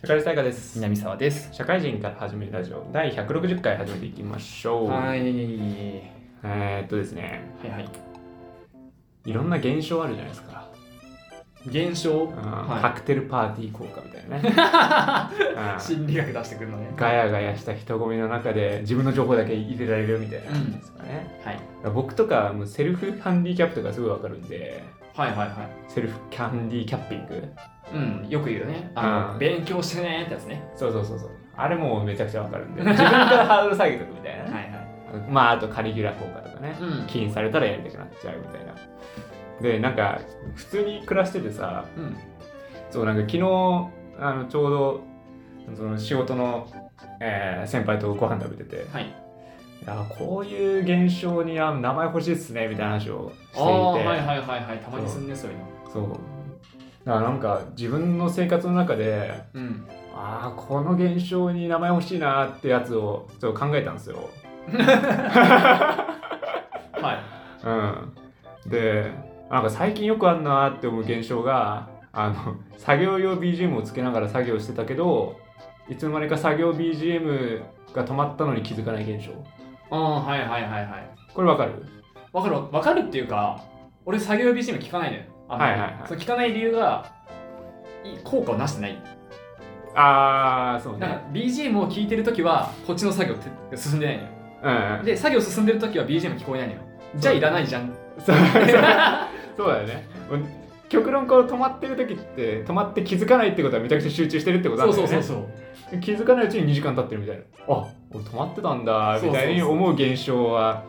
社会大会です南沢です。社会人から始めるラジオ第160回始めていきましょうはい。えー、っとですねはいはい。いろんな現象あるじゃないですか、現象うんカはクテルパーティー効果みたいなね、 い。うん心理学出してくるのね。ガヤガヤした人混みの中で自分の情報だけ入れられるみたいな感じですかね、はい。僕とかもうセルフハンディキャップとかすごいわかるんではいはいはい。セルフキャンディキャッピングうん。よく言うよね。あの、うん勉強してねってやつね。そうそうそうそうあれもうめちゃくちゃわかるんで自分からハードル下げとくみたいな、はいはい。あのまああとカリギュラ効果とかね、うん起因されたらやりたくなっちゃうみたいなでなんか普通に暮らしててさうん。そうなんか昨日あのちょうどその仕事の、えー先輩とご飯食べててはい。あこういう現象にあ名前欲しいっすねみたいな話をしていて、ああ、はいはいはいはい。たまにすんね、そういうの。そうだからなんか自分の生活の中でうん。ああこの現象に名前欲しいなってやつをちょっと考えたんですよ。はうん、でなんか最近よくあるなって思う現象があの作業用 BGM をつけながら作業してたけどいつの間にか作業 BGM が止まったのに気づかない現象。い。ああ、はいはいはいはい。これわかるわかるわかるっていうか俺作業 BGM 聞かないのよあんまりはいはいはいそう聞かない理由がい効果をなしてないああそうだかね。ら BGM を聞いてるときはこっちの作業って進んでないのようんうん、 で作業進んでるときは BGM 聞こえないのよじゃあいらないじゃんそう そうだよね。極論こう止まってる時って止まって気づかないってことはめちゃくちゃ集中してるってことなそんうだよそうね。そうそう気づかないうちに2時間経ってるみたいなあ俺止まってたんだみたいにそうそう思う現象は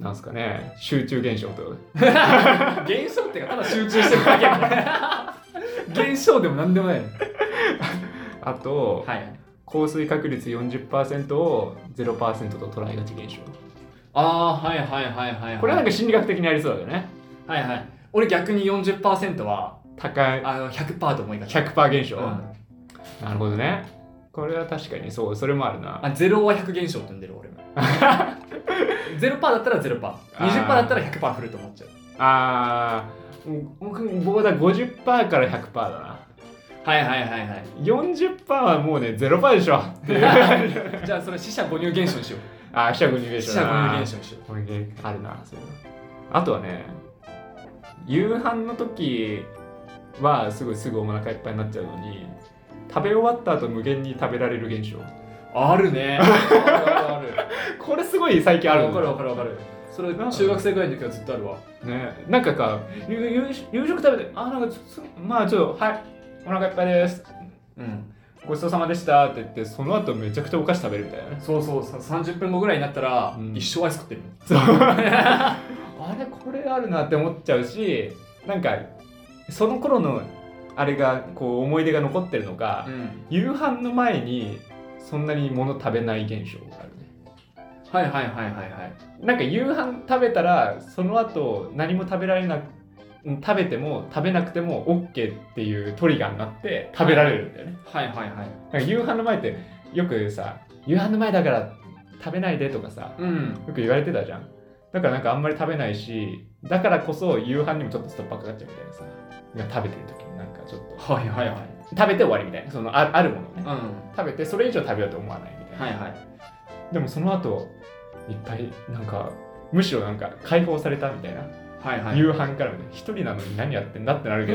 なんすかね集中現象と現象っていうかただ集中してるだけみたいな現象でもなんでもないのあと、はい降水確率40%を0%と捉えがち現象ああはいはいはいはい、はい、これはなんか心理学的にありそうだよねはいはい俺逆に40%は高いあの100%と思いがち、 100%現象、うんなるほどねこれは確かにそうそれもあるなあゼロは100現象って呼んでる俺も ゼロパーだったらゼロパー20パーだったら100パー振ると思っちゃうあーうん僕僕だ50%から100%だなはいはいはいは40%はもうね0%でしょっていうあい じゃあそれ死者誤入現象にしようー四捨五入現死象者だな誤入現象にしよこれねあるなそういうのあとはね夕飯の時はすごいすぐお腹いっぱいになっちゃうのに食べ終わった後無限に食べられる現象 うある ねあるあるこれすごい最近あるわかるわかるわかるそれ中学生ぐらいの時はずっとあるわねなんかか夕夕食夕食食べてあなんかちょすまあちょっとはいお腹いっぱいですうんごちそうさまでしたって言ってその後めちゃくちゃお菓子食べるみたいなねそうそうさ30分後ぐらいになったら、うん一生アイス食ってるそうあれこれあるなって思っちゃうしなんかその頃のあれがこう思い出が残ってるのか、ん夕飯の前にそんなに物食べない現象があるねはいはいはいはいはいなんか夕飯食べたらその後何も食べられなくん食べても食べなくても OK っていうトリガーになって食べられるんだよね、はいはいはいなんか夕飯の前ってよくさ夕飯の前だから食べないでとかさうんよく言われてたじゃんだからなんかあんまり食べないしだからこそ夕飯にもちょっとストッパーかかっちゃうみたいなさいや食べてる時になんかちょっとはいはいはい食べて終わりみたいなそのああるものをうんね食べてそれ以上食べようと思わないみたいな、はいはいでもその後いっぱいなんかむしろなんか解放されたみたいな、はいはい夕飯からみたいな一人なのに何やってんだってなるけ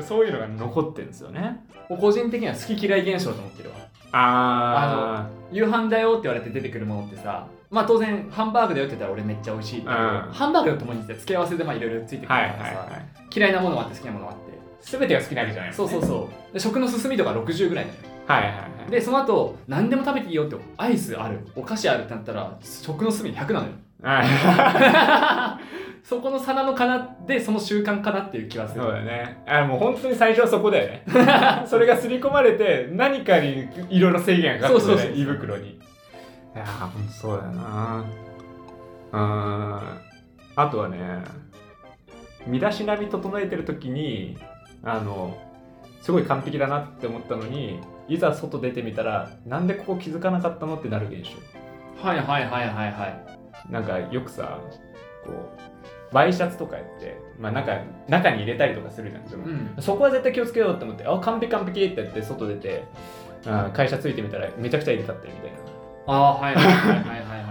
ど そういうのが残ってるんですよねもう個人的には好き嫌い現象と思ってるわあ夕飯だよって言われて出てくるものってさまあ当然ハンバーグだよって言ったら俺めっちゃ美味しいって、うんハンバーグともに付け合わせでまあいろいろついてくるかはいらはさ、いはい嫌いなものもあって好きなものもあって全てが好きなわけじゃないそうそうそうで食の進みとか60ぐらいだよはいはいはいでその後何でも食べていいよってアイスあるお菓子あるってなったら食の進み100なのよ あそこの差なのかなでその習慣かなっていう気はすーそるうだよねあーもう本当に最初はそこだ よねそれが刷り込まれて何かにいろいろ制限がかかってるよねそうそうそう胃袋にいやーほんとそうだよなうーんあとはね身だしなみ整えてる時にあのすごい完璧だなって思ったのにいざ外出てみたらなんでここ気づかなかったのってなる現象はいはいはいはいはいなんかよくさこうワイシャツとかやって、まあ、なんか中に入れたりとかするじゃん自分うんそこは絶対気をつけようと思ってあ完璧完璧ってやって外出て、うん、会社着いてみたらめちゃくちゃ入れたってみたいなああはいはいはいはい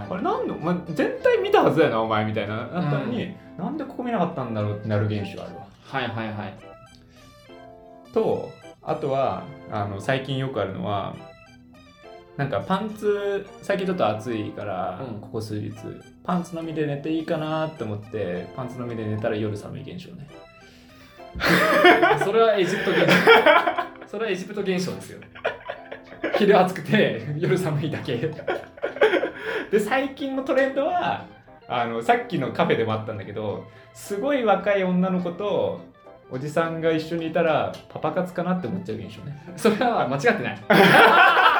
はいこはいれなんでお前全体見たはずやなお前みたいななったのに、なんでここ見なかったんだろうってなる現象あるわはいはいはいとあとはあの最近よくあるのはなんかパンツ最近ちょっと暑いから、うんここ数日パンツのみで寝ていいかなって思ってパンツのみで寝たら夜寒い現象ねそれはエジプト現象 それはエジプト現象ですよ昼暑く て夜寒いだけで最近のトレンドはあのさっきのカフェでもあったんだけどすごい若い女の子とおじさんが一緒にいたらパパ活かなって思っちゃう現象ねそれは間違ってない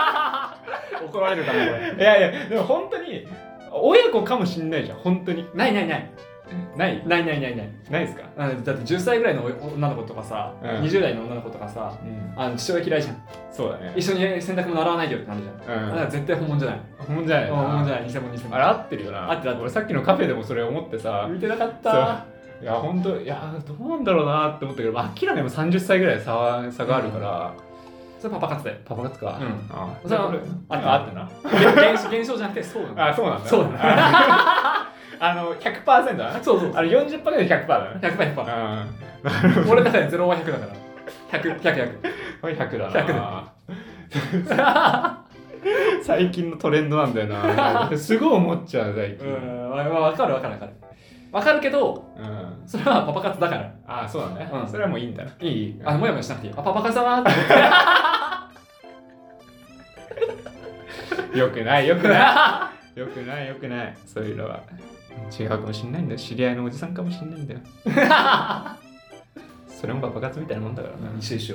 怒られるかなこれいやいやでも本当に親子かもしんないじゃん本当にないないないないないないないないないですかあのだって10歳ぐらいの女の子とかさ、うん20代の女の子とかさうんあの父親嫌いじゃんそうだね一緒に洗濯物洗わないでよってなるじゃん、だからう絶対本物じゃないん本物じゃないよな本物じゃない偽物偽物あれ合ってるよな合ってる合ってる俺さっきのカフェでもそれ思ってさ見てなかっそうたいや本当いやどうなんだろうなって思ったけどまあ明らかにも30歳ぐらい差は差があるから、それパパ 活だよパパ活かうんあそれはこれあったああったな現象現象じゃなくてそうなのあそうなんだそうだだ あの100%だなそうそうあれ40%で100%だ100倍100倍なうん俺の中で0は100だから100100 これ100だな最近のトレンドなんだよ なすごい思っちゃう最近、うんまあまあ分かる分かる分かる分かるけどうんそれはパパ活だからああそうだね、うんそれはもういいんだないいあのもやもやしなくていいあパパ活だなって思ってよくないよく ないよくないよくないそういうのは違うかもしんないんだよ知り合いのおじさんかもしんないん だよそれも爆発みたいなもんだからな、うん、緒一緒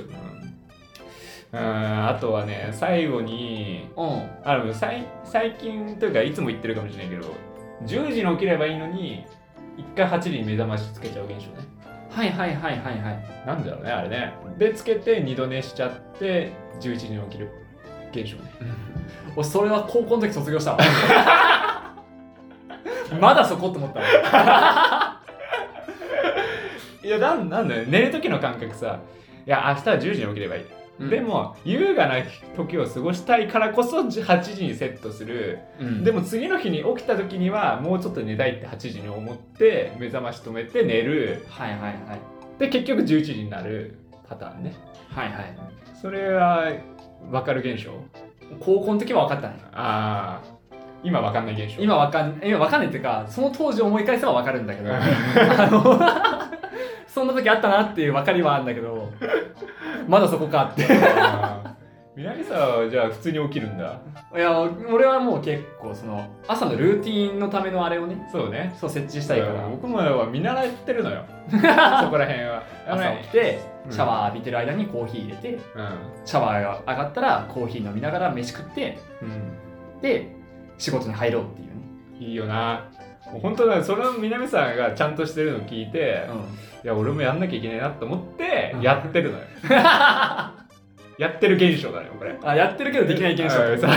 うんあとはね最後にうんあの最最近というかいつも言ってるかもしれないけど10時に起きればいいのに1回8時に目覚ましつけちゃう現象ねはいはいはいはいはいなんだろうねあれねでつけて二度寝しちゃって11時に起きる現象ね俺それは高校の時卒業した わまだそこって思ったわいやなんなんだよ寝る時の感覚さいや明日は10時に起きればいい、でも優雅な時を過ごしたいからこそ8時にセットする、うんでも次の日に起きた時にはもうちょっと寝たいって8時に思って目覚まし止めて寝るはいはいはいで結局11時になるパターンねはいはいそれは分かる現象高校の時は分かったねああ今分かんない現象 今わかん今わかんないっていうかその当時思い返せばわかるんだけど あの そんな時あったなっていう分かりはあるんだけどまだそこかっていあー南沢はじゃあ普通に起きるんだや俺はもう結構その朝のルーティンのためのあれをねそうねそう設置したいから僕もは見習ってるの よそこら辺はあの朝ね起きてうんシャワー浴びてる間にコーヒー入れてシャワーが上がったらコーヒー飲みながら飯食ってうん、で仕事に入ろうっていうね、いいよなもう本当だそれを南さんがちゃんとしてるのを聞いて、いや俺もやんなきゃいけないなと思ってうんやってる のよやってる現象だねこれあやってるけどできない現象うんそう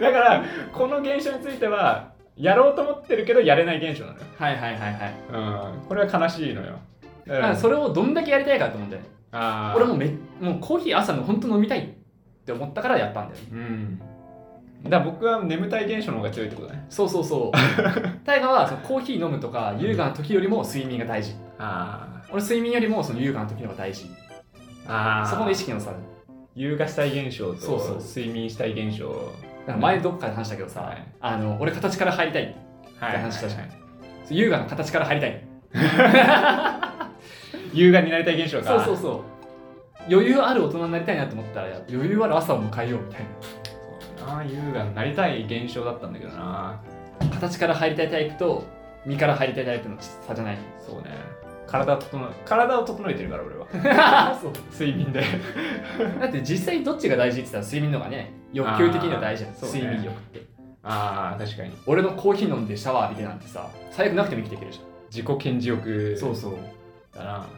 だからこの現象についてはやろうと思ってるけどやれない現象なはいはいはいはい、のよ、うん、これは悲しいのよだかだかららそれをどんだけやりたいかと思うんだよねあー俺もめもうコーヒー朝の本当飲みたいって思ったからやったんだよねうんだから僕は眠たい現象の方が強いってことねそうそ うそう大河はそのコーヒー飲むとか優雅な時よりも睡眠が大事あ俺睡眠よりもその優雅な時の方が大事あそこの意識の差だ優雅したい現象そうそとう睡眠したい現象から前どっかで話したけどさ、はいあの俺形から入りたいはい話したじゃんそう優雅な形から入りたい優雅になりたい現象そかうそうそう余裕ある大人になりたいなと思ったら余裕ある朝を迎えようみたいああ優雅になりたい現象だったんだけどなな形から入りたいタイプと身から入りたいタイプの 差じゃないそうね体を整え体を整えてるから俺は そう睡眠でだって実際どっちが大事って言ったら睡眠の方がね欲求的には大事だよあーそうね睡眠欲ってああ確かに俺のコーヒー飲んでシャワー浴びてなんてさ最悪なくても生きていけるじゃ自己顕示欲んそうそうだな確か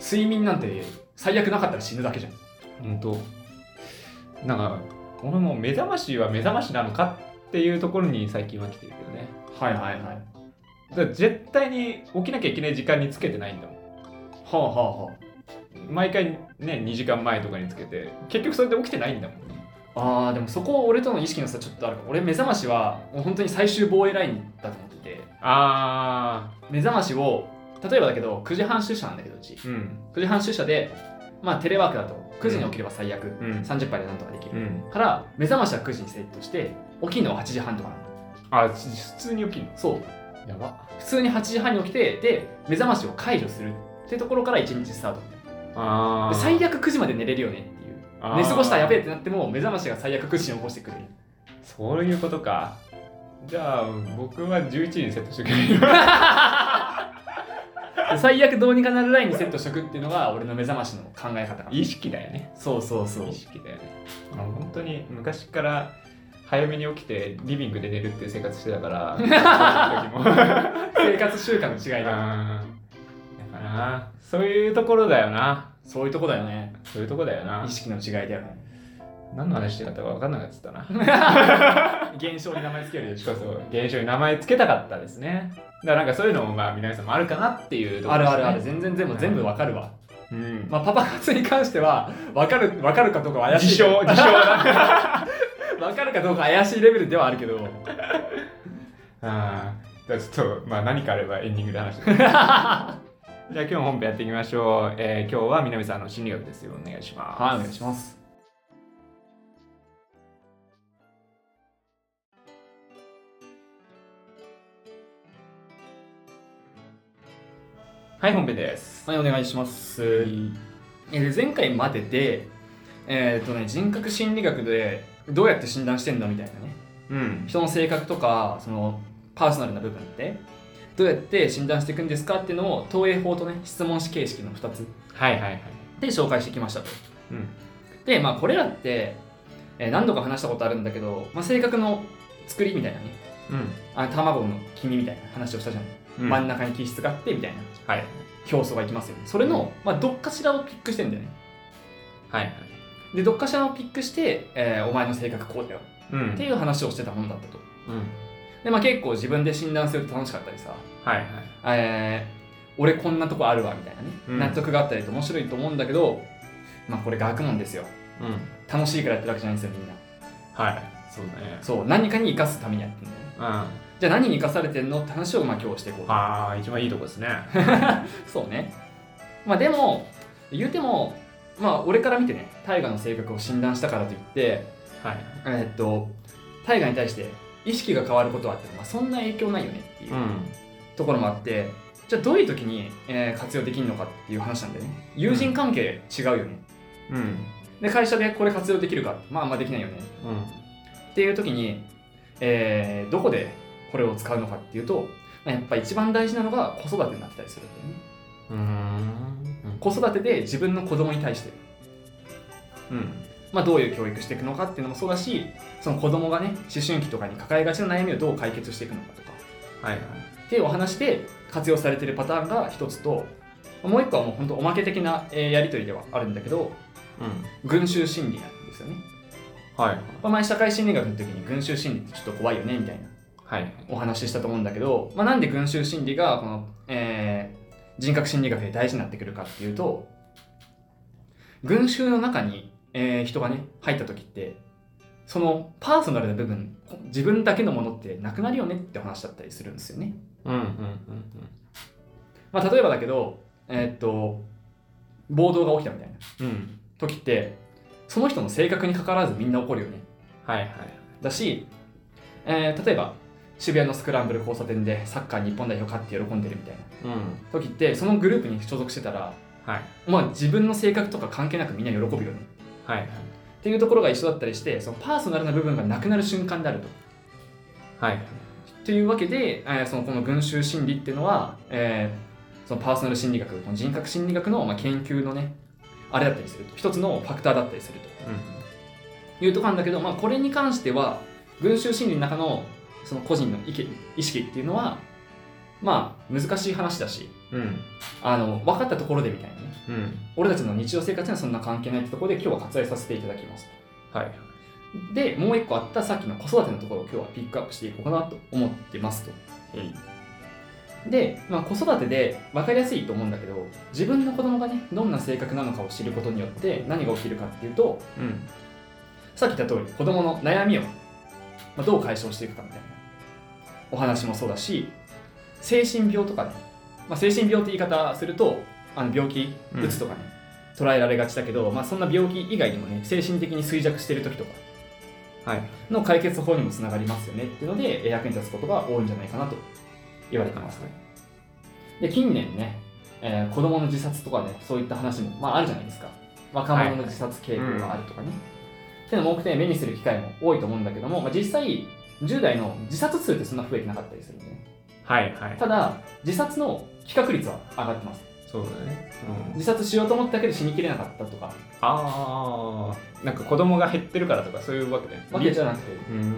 睡眠なんて最悪なかったら死ぬだけじゃんに本当なんか俺も目覚ましは目覚ましなのかっていうところに最近は来てるけどねはいはいはいだから絶対に起きなきゃいけない時間につけてないんだもんはあはあは毎回ね2時間前とかにつけて結局それで起きてないんだもんああーでもそこ俺との意識の差ちょっとあるかも俺目覚ましはもう本当に最終防衛ラインだと思っててあ目覚ましを例えばだけど9時半出社なんだけどうちーうん9時半出社でまあテレワークだと9時に起きれば最悪、うん30分でなんとかできうる、んから目覚ましは9時にセットして起きるのは8時半とかなのあし普通に起きるのそうやば普通に8時半に起きてで目覚ましを解除するってところから1日スタートあで最悪9時まで寝れるよねっていう寝過ごしたらやべえってなっても目覚ましが最悪9時に起こして くれるえそういうことかじゃあ僕は11時にセットしておけばいいの最悪どうにかなるラインにセットしとくっていうのが俺の目覚ましの考え方かな 意識だよねそうそうそう意識だよねあの本当に昔から早めに起きてリビングで寝るっていう生活してたから そういう時も生活習慣の違いだうんだからそういうところだよなそういうとこだよねそういうとこだよな意識の違いだよね何の話してたか分かんなかったな現象に名前つけるでしそょうそう現象に名前つけたかったですねだからなんかそういうのもまあ皆さんもあるかなっていうとこあろるです、ね、あるある全然全部全部わかるわ、うん、まあ、パパ活に関してはわかるわかるかどうかは怪しい自 称 自称だわかるかどうか怪しいレベルではあるけどあーじゃあちょっとまあ何かあればエンディングで話 してはじゃあ今日も本編やっていきましょう、えー今日は南さんの心理学ですよお願いしますいお願いしますはい本編ですはいお願いします、いえー前回までで、えーとね、人格心理学でどうやって診断してんだみたいなねうん人の性格とかそのパーソナルな部分ってどうやって診断していくんですかっていうのを投影法とね質問式形式の2つはいはいはいで紹介してきましたとうんでまあこれらって、えー何度か話したことあるんだけど、まあ、性格の作りみたいなねあ卵の黄身みたいな話をしたじゃん、うん真ん中に気質があってみたいなはい表層がいきますよねそれの、まあ、どっかしらをピックしてんだよねはいはいでどっかしらをピックして、えーお前の性格こうだようんっていう話をしてたもんだったとうんで、まあ、結構自分で診断すると楽しかったりさ、はいはいえー俺こんなとこあるわみたいなね、うん納得があったりと面白いと思うんだけどまあこれ学問ですようん楽しいからやってるわけじゃないんですよみんなはいそうだねそう何かに生かすためにやってるんだよねうんあじゃあ何に生かされてんのって話をまあ今日していこうとあー一番いいとこです ねそうねまあでも言うてもまあ俺から見てね大河の性格を診断したからといってはいえーっと大河に対して意識が変わることはあっても、まあ、そんな影響ないよねっていううんところもあって、じゃあどういう時に、えー活用できるのかっていう話なんだよね友人関係違うよね、うんで会社でこれ活用できるかまああんまできないよねうんっていう時に、えーどこでこれを使うのかっていうと、まあやっぱ一番大事なのが子育てになってたりするんだよねうーん子育てで自分の子供に対して、うんまあ、どういう教育していくのかっていうのもそうだしその子供がね思春期とかに抱えがちな悩みをどう解決していくのかとかはいはいっていうお話で活用されてるパターンが一つともう一個はもう本当おまけ的なえーやり取りではあるんだけどうん群衆心理なんですよねはいまあ前社会心理学の時に群衆心理ってちょっと怖いよねみたいなはいはいお話ししたと思うんだけど、まあ、なんで群衆心理がこの、えー人格心理学で大事になってくるかっていうと群衆の中に、えー人がね入った時ってそのパーソナルな部分自分だけのものってなくなるよねって話だったりするんですよね。うんうんまあ、例えばだけど、えーっと暴動が起きたみたいなうんうんうん時ってその人の性格に関わらずみんな怒るよね。はいはいだし、えー例えば渋谷のスクランブル交差点でサッカー日本代表勝って喜んでるみたいなうん時ってそのグループに所属してたら、はいまあ、自分の性格とか関係なくみんな喜ぶよねはいはいっていうところが一緒だったりしてそのパーソナルな部分がなくなる瞬間であると。はいというわけで、えーそのこの群衆心理っていうのは、えーそのパーソナル心理学この人格心理学の、まあ、研究のねあれだったりすると一つのファクターだったりするというところなんだけど、まあ、これに関しては群衆心理の中のその個人の意見意識っていうのはまあ難しい話だしうんうんあの分かったところでみたいなねうん俺たちの日常生活にはそんな関係ないってところで今日は割愛させていただきますはいでもう一個あったさっきの子育てのところを今日はピックアップしていこうかなと思ってますとで、まあ、子育てで分かりやすいと思うんだけど自分の子供がねどんな性格なのかを知ることによって何が起きるかっていうとうんさっき言った通り子供の悩みを、まあ、どう解消していくかみたいなお話もそうだし精神病とかね、まあ、精神病って言い方するとあの病気うんうつとかね、捉えられがちだけど、まあ、そんな病気以外にもね精神的に衰弱してる時とかはいの解決法にもつながりますよねっていうのでえ役に立つことが多いんじゃないかなと言われてますで近年ね、えー子供の自殺とかねそういった話も、まあ、あるじゃないですか若者の自殺傾向があるとかね、っていうのも多くて目にする機会も多いと思うんだけども、まあ、実際10代の自殺数ってそんな増えてなかったりするんでねはいはいただ自殺の企画率は上がってますそうだね、うん、自殺しようと思ったけど死にきれなかったとかああなんか子供が減ってるからとかそういうわけだよねわけじゃなくてうんうん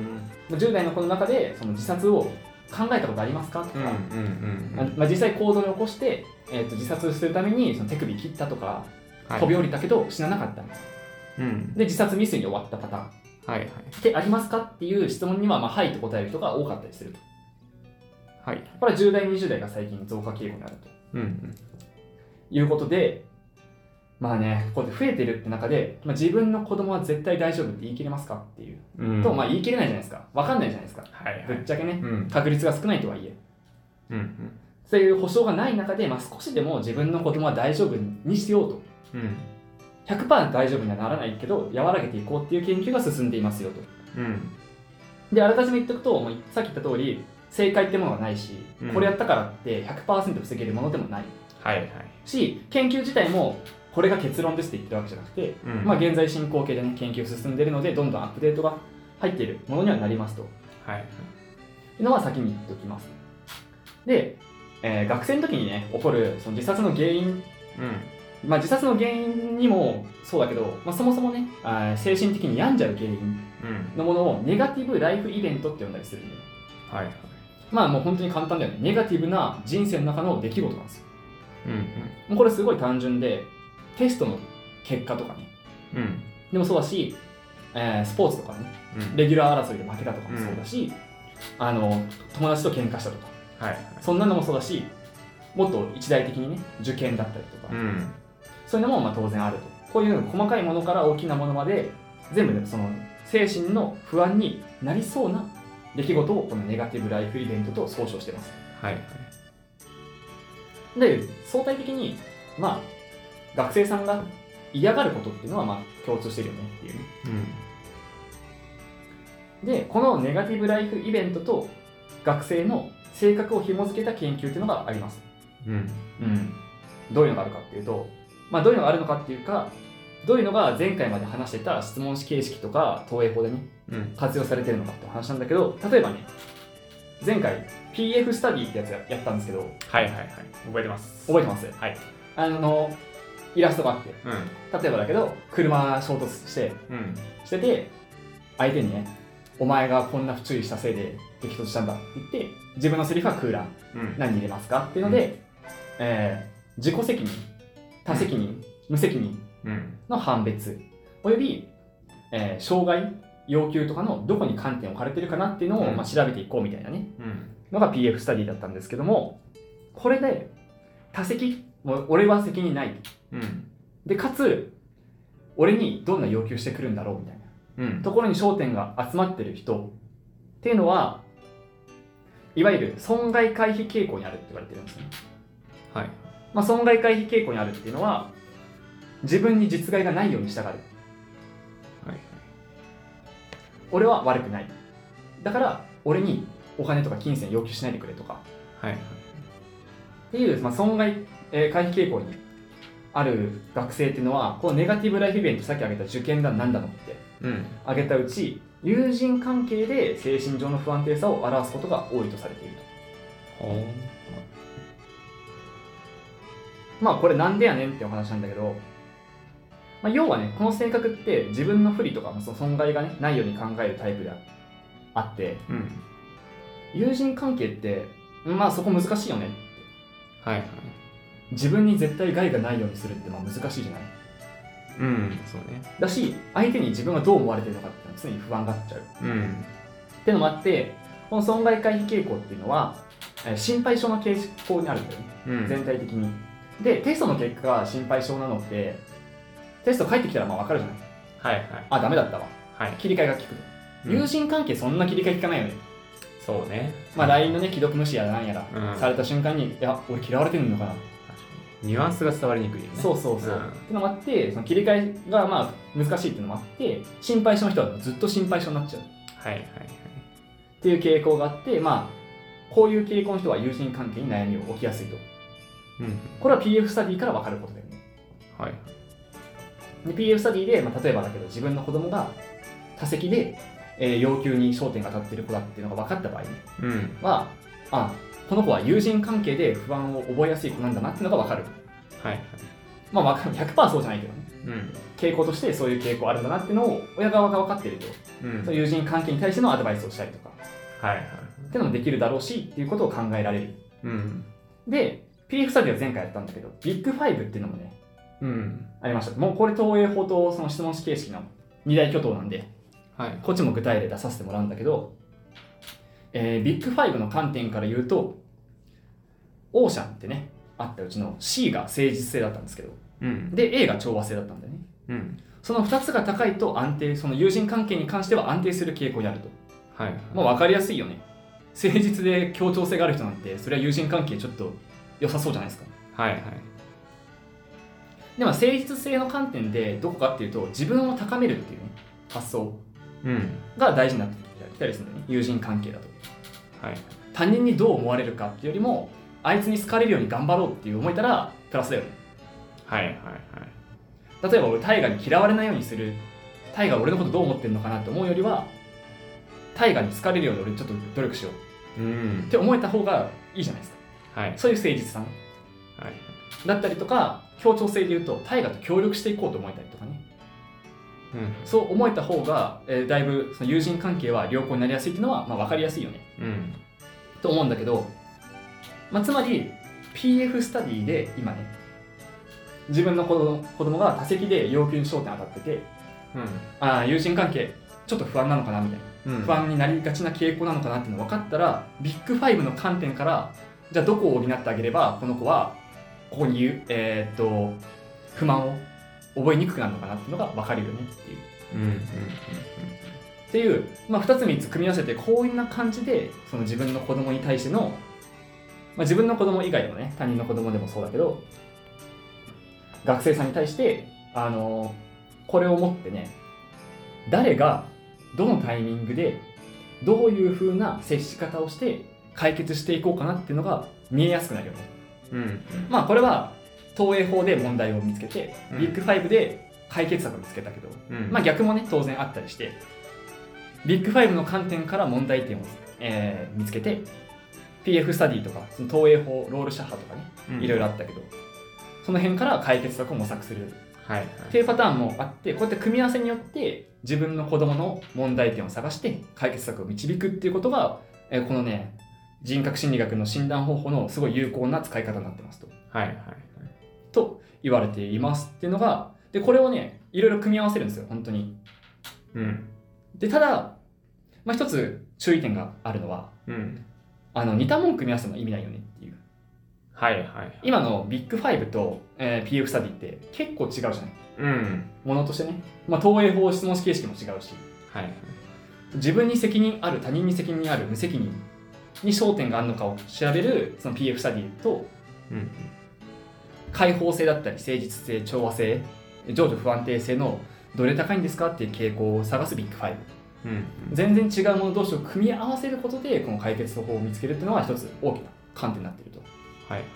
まあ10代の子の中でその自殺を考えたことありますかとうんか、うんうまあんまあ、実際行動に起こして、えー、と自殺するためにその手首切ったとか、はい飛び降りたけど死ななかったうんで自殺未遂に終わったパターンはいはいってありますかっていう質問には、まあ、はいと答える人が多かったりするとはいこれは10代20代が最近増加傾向にあるとうんうんいうことでまあねこうやって増えてるって中で、まあ、自分の子供は絶対大丈夫って言い切れますかっていう、うんとまあ言い切れないじゃないですか分かんないじゃないですかはいはいぶっちゃけねうん確率が少ないとはいえうんうんそういう保証がない中で、まあ、少しでも自分の子供は大丈夫にしようとうん100%大丈夫にはならないけど和らげていこうっていう研究が進んでいますよとうんであらかじめ言っておくともうさっき言った通り正解ってものはないし、うんこれやったからって100%防げるものでもないはいはいし研究自体もこれが結論ですって言ってるわけじゃなくて、うんまあ、現在進行形で、ね、研究進んでいるのでどんどんアップデートが入っているものにはなりますとはいはいいうのは先に言っておきますで、えー学生の時にね起こるその自殺の原因うんまあ、自殺の原因にもそうだけど、まあ、そもそもねあー精神的に病んじゃう原因うんのものをネガティブライフイベントって呼んだりするんではいはいまあもう本当に簡単だよねネガティブな人生の中の出来事なんですようんもうこれすごい単純でテストの結果とかねうんうんでもそうだし、えースポーツとかねうんレギュラー争いで負けたとかもそうだし、あの友達と喧嘩したとかはいはいそんなのもそうだしもっと一大的にね受験だったりとか、うんそういうのもまあ当然あるとこういう細かいものから大きなものまで全部ねその精神の不安になりそうな出来事をこのネガティブライフイベントと総称してますはいはいで相対的にまあ学生さんが嫌がることっていうのはまあ共通してるよねっていうねうんでこのネガティブライフイベントと学生の性格を紐付けた研究っていうのがありますうんうんどういうのがあるかっていうと、まあ、どういうのがあるのかっていうかどういうのが前回まで話してた質問形式とか投影法でねうん活用されてるのかって話なんだけど例えばね前回 PF スタディってやつややったんですけどはいはいはい覚えてます覚えてますはいあのイラストがあってう例えばだけど車衝突してんうんしてて相手にねお前がこんな不注意したせいで激突したんだって言って自分のセリフはクーラーうん何入れますかっていうので、えー自己責任他責任、無責任うんの判別および、えー障害要求とかのどこに観点を置かれてるかなっていうのを、うんまあ、調べていこうみたいなねうんのが PF スタディだったんですけどもこれで他責もう俺は責任ないうんでかつ俺にどんな要求してくるんだろうみたいなうんところに焦点が集まってる人っていうのはいわゆる損害回避傾向にあるって言われてるんですね、はいまあ、損害回避傾向にあるっていうのは自分に実害がないように従うはい俺は悪くないだから俺にお金とか金銭要求しないでくれとかはいっていう、まあ、損害、えー回避傾向にある学生っていうのはこのネガティブライフイベントさっき挙げた受験だなんだのってうん挙げたうち友人関係で精神上の不安定さを表すことが多いとされているとほまあこれなんでやねんってお話なんだけど、まあ、要はねこの性格って自分の不利とか、まあその損害が、ね、ないように考えるタイプであってううん友人関係ってまあそこ難しいよねはいはい自分に絶対害がないようにするってまあ難しいじゃないうんそうねだし相手に自分がどう思われてるのかっていうのは常に不安がっちゃうっうんてのもあってこの損害回避傾向っていうのはえー心配性の傾向にあるんだよね、うん全体的にでテストの結果が心配性なのってテスト返ってきたらまあ分かるじゃないはいはいあダメだったわはい切り替えが効くとうん友人関係そんな切り替え効かないよね、そうねまあ LINE のね既読無視やらなんやら、うんされた瞬間にいや俺嫌われてんのかなニュアンスが伝わりにくいよねそうそうそう。うんってのもあって、その切り替えがまあ難しいっていうのもあって、心配性の人はずっと心配性になっちゃうっはいはいはいていう傾向があって、まあ、こういう傾向の人は友人関係に悩みを起きやすいと。うんこれは PF スタディから分かることだよね。はいで PF スタディで、まあ、例えばだけど自分の子供が多席で、えー要求に焦点が立ってる子だっていうのが分かった場合にうんは、あ、この子は友人関係で不安を覚えやすい子なんだなっていうのが分かる。はいはいまあ、わかん100%そうじゃないけどね。うん傾向としてそういう傾向あるんだなっていうのを親側が分かっていると。うんその友人関係に対してのアドバイスをしたりとかっはいはいてのもできるだろうしっていうことを考えられるうんで PF スタディは前回やったんだけどビッグファイブっていうのもねうんありましたもうこれ投影法とその質問式形式の二大巨頭なんではいこっちも具体例出させてもらうんだけど、えービッグファイブの観点から言うとオーシャンってねあったうちの C が誠実性だったんですけどうんで A が調和性だったんだよねうんその2つが高いと安定その友人関係に関しては安定する傾向にあるとはいはいまあ分かりやすいよね誠実で協調性がある人なんてそれは友人関係ちょっと良さそうじゃないですかはいはいでも誠実性の観点でどこかっていうと自分を高めるっていうね発想うんが大事になってきたりするんだよね友人関係だとはい他人にどう思われるかっていうよりもあいつに好かれるように頑張ろうっていう思えたらプラスだよねはいはいはい例えば俺大我に嫌われないようにする大我は俺のことどう思ってるのかなって思うよりは大我に好かれるように俺ちょっと努力しよううっんて思えた方がいいじゃないですかはいそういう誠実さはいだったりとか協調性で言うと大我と協力していこうと思えたりとかねうんそう思えた方が、えーだいぶその友人関係は良好になりやすいっていうのは、まあ、分かりやすいよねうんと思うんだけど、まあ、つまり PF スタディで今ね自分の子供子供が多席で要求に焦点当たっててああ友人関係ちょっと不安なのかなみたいなうんうん不安になりがちな傾向なのかなっていうの分かったらビッグファイブの観点からじゃあどこを補ってあげればこの子はここに言う、えーっと不満を覚えにくくなるのかなっていうのが分かるよねっていう。うんうんっていう、まあ、2つ3つ組み合わせてこういうな感じでその自分の子供に対しての、まあ、自分の子供以外のね他人の子供でもそうだけど学生さんに対してあのこれをもってね誰がどのタイミングでどういう風な接し方をして解決していこうかなっていうのが見えやすくなるよね。うんうんまあこれは投影法で問題を見つけてうんビッグファイブで解決策を見つけたけど、うんまあ、逆もね当然あったりしてビッグファイブの観点から問題点を、えー見つけて PF スタディとかその投影法ロールシャッハとかねいろいろあったけど、その辺から解決策を模索するっはいはいていうパターンもあってこうやって組み合わせによって自分の子供の問題点を探して解決策を導くっていうことが、えーこのね人格心理学の診断方法のすごい有効な使い方になってますと。はいはいと言われていますっていうのがでこれをねいろいろ組み合わせるんですよ本当に。うんでただ、まあ、一つ注意点があるのはうんあの似たもん組み合わせても意味ないよねっていうはいはいはい今のビッグファイブと、えー PF スタディって結構違うじゃないうんものとしてね、まあ、投影法質問式形式も違うしはいはい自分に責任ある他人に責任ある無責任に焦点があるのかを調べるその PF スタディとうん開放性だったり誠実性調和性情緒不安定性のどれ高いんですかっていう傾向を探すビッグファイブうん全然違うもの同士を組み合わせることでこの解決方法を見つけるっていうのが一つ大きな観点になっていると。っはいはい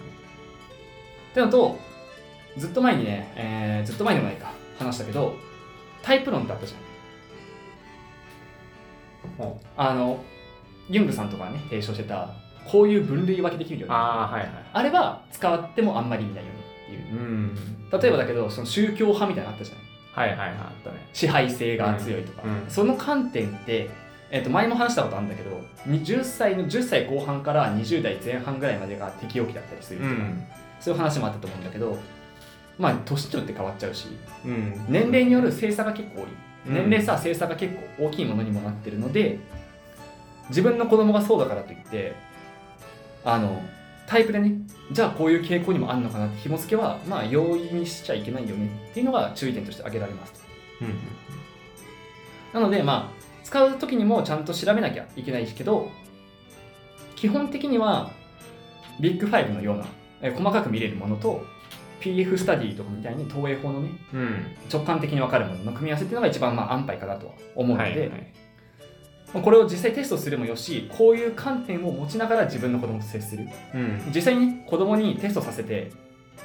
てのとずっと前にね、えーずっと前でもないか話したけどタイプ論ってあったじゃんお。あのユングさんとかがね提唱してたこういう分類分けできるよねあああはいはいれは使ってもあんまり意味ないよねっていううん例えばだけどその宗教派みたいなのあったじゃないはいはいはいあったね支配性が強いとか、うんうんその観点って、えっと前も話したことあるんだけど20歳の10歳後半から20代前半ぐらいまでが適応期だったりするとか、そういう話もあったと思うんだけどまあ年によって変わっちゃうしうん年齢による性差が結構多ういん年齢差性差が結構大きいものにもなってるので自分の子供がそうだからといってあのタイプでねじゃあこういう傾向にもあるのかなって紐付けはまあ容易にしちゃいけないよねっていうのが注意点として挙げられますとうんうんなのでまあ使う時にもちゃんと調べなきゃいけないけど基本的にはビッグファイブのようなえー細かく見れるものと PF スタディとかみたいに投影法のねうん直感的に分かるものの組み合わせっていうのが一番まあ安牌かなとは思うので、はいはいまあこれを実際テストするもよしこういう観点を持ちながら自分の子供と接するうん実際にね子供にテストさせて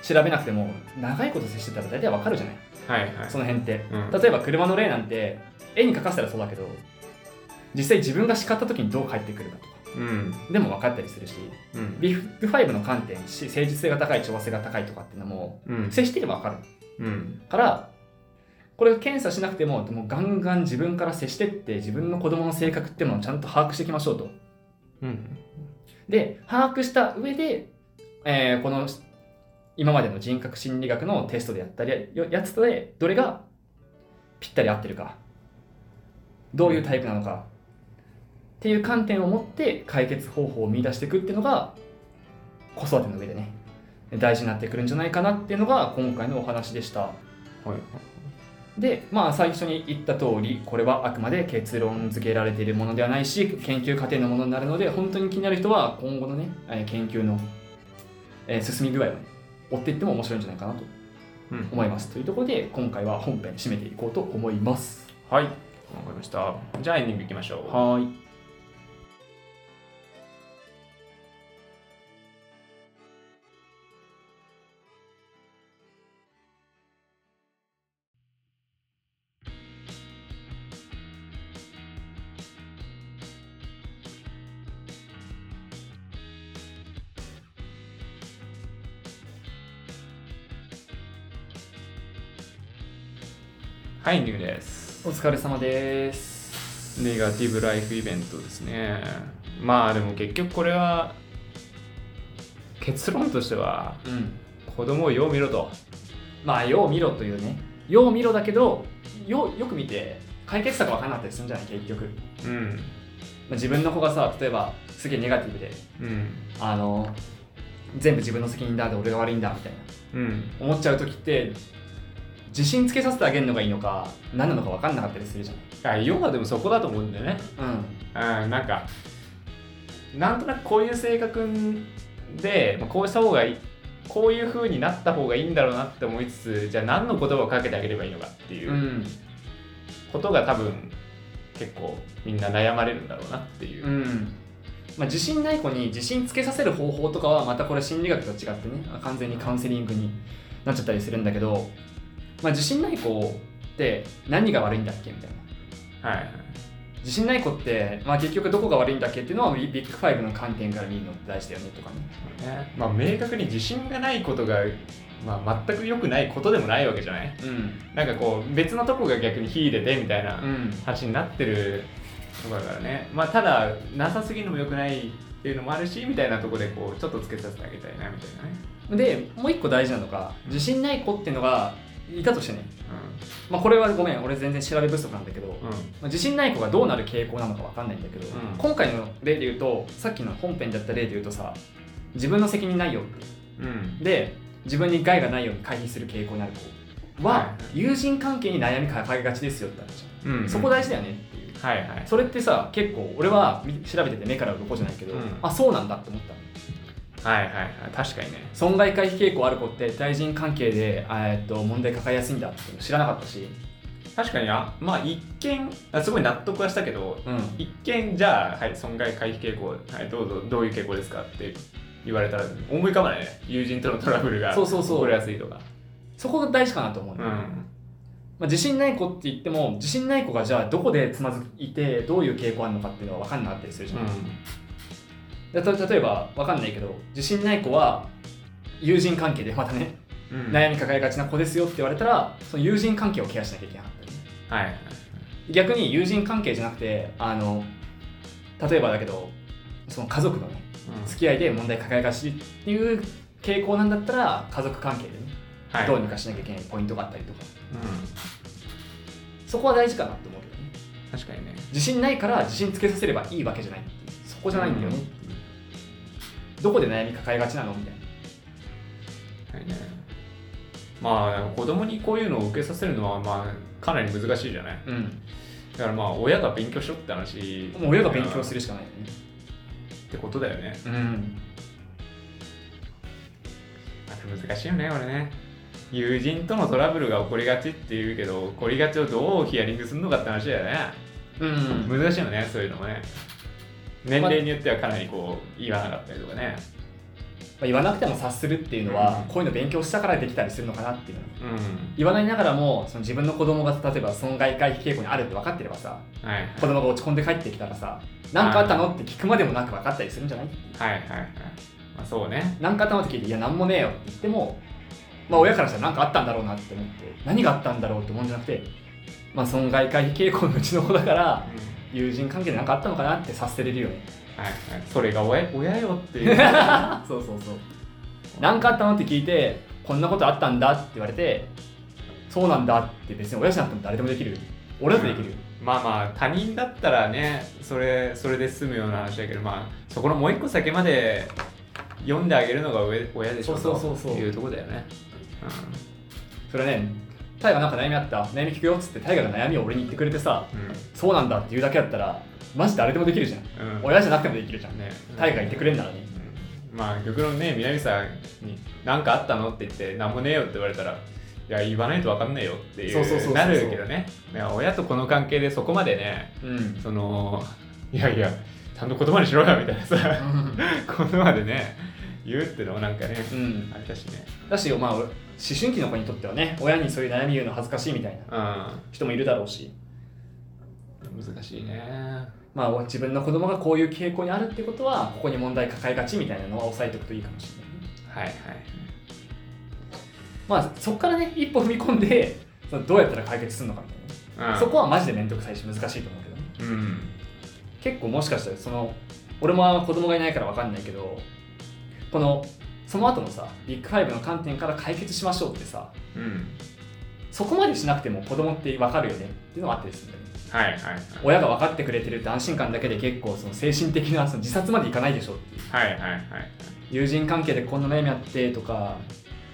調べなくても長いこと接してたら大体わかるじゃないはいはいその辺ってうん例えば車の例なんて絵に描かせたらそうだけど実際自分が叱った時にどう返ってくるかとかうんでも分かったりするしうんビッグファイブの観点し誠実性が高い調和性が高いとかっていうのもうん接してれば分かるうんからこれ検査しなくてももうガンガン自分から接してって自分の子供の性格っていうものをちゃんと把握していきましょうとうんで把握した上で、えーこの今までの人格心理学のテストでやったりよやつとでどれがぴったり合ってるかどういうタイプなのかっていう観点を持って解決方法を見出していくっていうのが子育ての上でね大事になってくるんじゃないかなっていうのが今回のお話でした。はいでまあ最初に言った通りこれはあくまで結論付けられているものではないし研究過程のものになるので本当に気になる人は今後のねえー研究のえー進み具合をね追っていっても面白いんじゃないかなとうん思いますというところで今回は本編締めていこうと思いますはいわかりましたじゃあエンディングいきましょうはいはいエンディングですお疲れ様ですネガティブライフイベントですねまあでも結局これは結論としてはうん子供をよう見ろとまあよう見ろというねよう見ろだけどようよく見て解決策分かんなかったりするんじゃない結局、まうんあ、自分の子がさ例えばすげえネガティブでうんあの全部自分の責任だで俺が悪いんだみたいなうん思っちゃう時って自信つけさせてあげるのがいいのか何なのか分かんなかったりするじあ要はでもそこだと思うんだよねゃん、うん、うんなんかなんとなくこういう性格でまあこうした方がいいこういう風になった方がいいんだろうなって思いつつじゃあ何の言葉をかけてあげればいいのかっていううんことが多分結構みんな悩まれるんだろうなっていうう、んまあ、自信ない子に自信つけさせる方法とかはまたこれ心理学と違ってね完全にカウンセリングになっちゃったりするんだけど、まあ、自信ない子って何が悪いんだっけみたいなはいはい自信ない子って、まあ、結局どこが悪いんだっけっていうのはビビッグファイブの観点から見るのって大事だよねとかねねまあ、明確に自信がないことが、まあ、全く良くないことでもないわけじゃないうんなんかこう別のとこが逆に秀でてみたいなうん話になってるとこだからね、まあ、ただなさすぎるのも良くないっていうのもあるしみたいなとこでこうちょっとつけさせてあげたいなみたいなね、でもう一個大事なのが自信ない子っていうのがいたとしてね、うまあ、これはごめん俺全然調べ不足なんだけど、まんうん、あ、自信ない子がどうなる傾向なのかわかんないんだけど、うん今回の例で言うとさっきの本編だった例で言うとさ自分の責任ないよってうんで自分に害がないように回避する傾向になる子は、は友人関係に悩み抱えがちですよって話、うんそこ大事だよねっていうはいはいそれってさ結構俺はみ調べてて目から鱗じゃないけど、うんあそうなんだって思ったはいはいはい確かにね損害回避傾向ある子って対人関係で、あーえっと問題抱えやすいんだっていうの知らなかったし、確かにあまあ一見あすごい納得はしたけどうん、一見じゃあ、はい、損害回避傾向、はい、どうぞどういう傾向ですかって言われたら思い浮かばないね友人とのトラブルがそうそうそう起こりやすいとかそこが大事かなと思う、うまんあ、自信ない子って言っても自信ない子がじゃあどこでつまずいてどういう傾向あるのかっていうのは分かんなかったりするじゃん、でた例えば分かんないけど自信ない子は友人関係でまたねうんうん悩み抱えがちな子ですよって言われたらその友人関係をケアしなきゃいけなかったりねはいはい逆に友人関係じゃなくてあの例えばだけどその家族のね付き合いで問題抱えがちっていう傾向なんだったら家族関係でねはいどうにかしなきゃいけないポイントがあったりとかうんそこは大事かなって思うけどね確かにね自信ないから自信つけさせればいいわけじゃないっていうそこじゃないんだよねっていうどこで悩み抱えがちなのみたいなはいねまあ子供にこういうのを受けさせるのはまあかなり難しいじゃないうんだからまあ親が勉強しろって話もう親が勉強するるしかないよねってことだよねうんあと難しいよね俺ね友人とのトラブルが起こりがちって言うけど起こりがちをどうヒアリングするのかって話だよねうん難しいよねそういうのもね年齢によってはかなりこう言わなかったりとかねまあ、言わなくても察するっていうのは、うんこういうの勉強したからできたりするのかなっていうのうん言わないながらもその自分の子供が例えば損害回避傾向にあるって分かってればさはい子供が落ち込んで帰ってきたらさ何かあったのって聞くまでもなく分かったりするんじゃないはいはいはい、まあ、そうね何かあったのって聞いて「いや何もねえよ」って言っても、まあ、親からしたら何かあったんだろうなって思って何があったんだろうって思うんじゃなくて、まあ、損害回避傾向のうちの子だから友人関係で何かあったのかなって察せれるよねはいはい、それが親親よっていうそうそうそう何かあったのって聞いてこんなことあったんだって言われてそうなんだって別に親じゃなくても誰でもできる 俺だってできるよまあまあ他人だったらねそれそれで済むような話だけどまあそこのもう一個先まで読んであげるのが親親でしょそうそうそうそうというとこだよね、それね大河なんか悩みあった悩み聞くよっつって大河が悩みを俺に言ってくれてさうそうなんだって言うだけだったらマジ誰でもできるじゃんんうん、親じゃなくてもできるじゃんね大河言ってくれんならねうんまあ極論ね南さんに「何かあったの?」って言って「何もねえよ」って言われたら「いや言わないと分かんねえよ」っていうそうそうそうそうなるけどねいや親とこの関係でそこまでねうんそのいやいやちゃんと言葉にしろよみたいなさ ことまでね言うってのもなんかねうんあれだしねだし、まあ、思春期の子にとってはね親にそういう悩み言うの恥ずかしいみたいなう人もいるだろうし、ん難しいねまあ、自分の子供がこういう傾向にあるってことはここに問題抱えがちみたいなのは抑えておくといいかもしれないねはいはいまあそこからね一歩踏み込んでそのどうやったら解決するのかみたいなね、うんそこはマジで面倒くさいし難しいと思うけどねうん結構もしかしたらその俺も子供がいないから分かんないけどこのその後のさビッグファイブの観点から解決しましょうってさうんそこまでしなくても子供って分かるよねっていうのがあったりするんだよねはいはいはい親が分かってくれてるって安心感だけで結構その精神的なその自殺までいかないでしょっていうはいはいはい友人関係でこんな悩みあってとか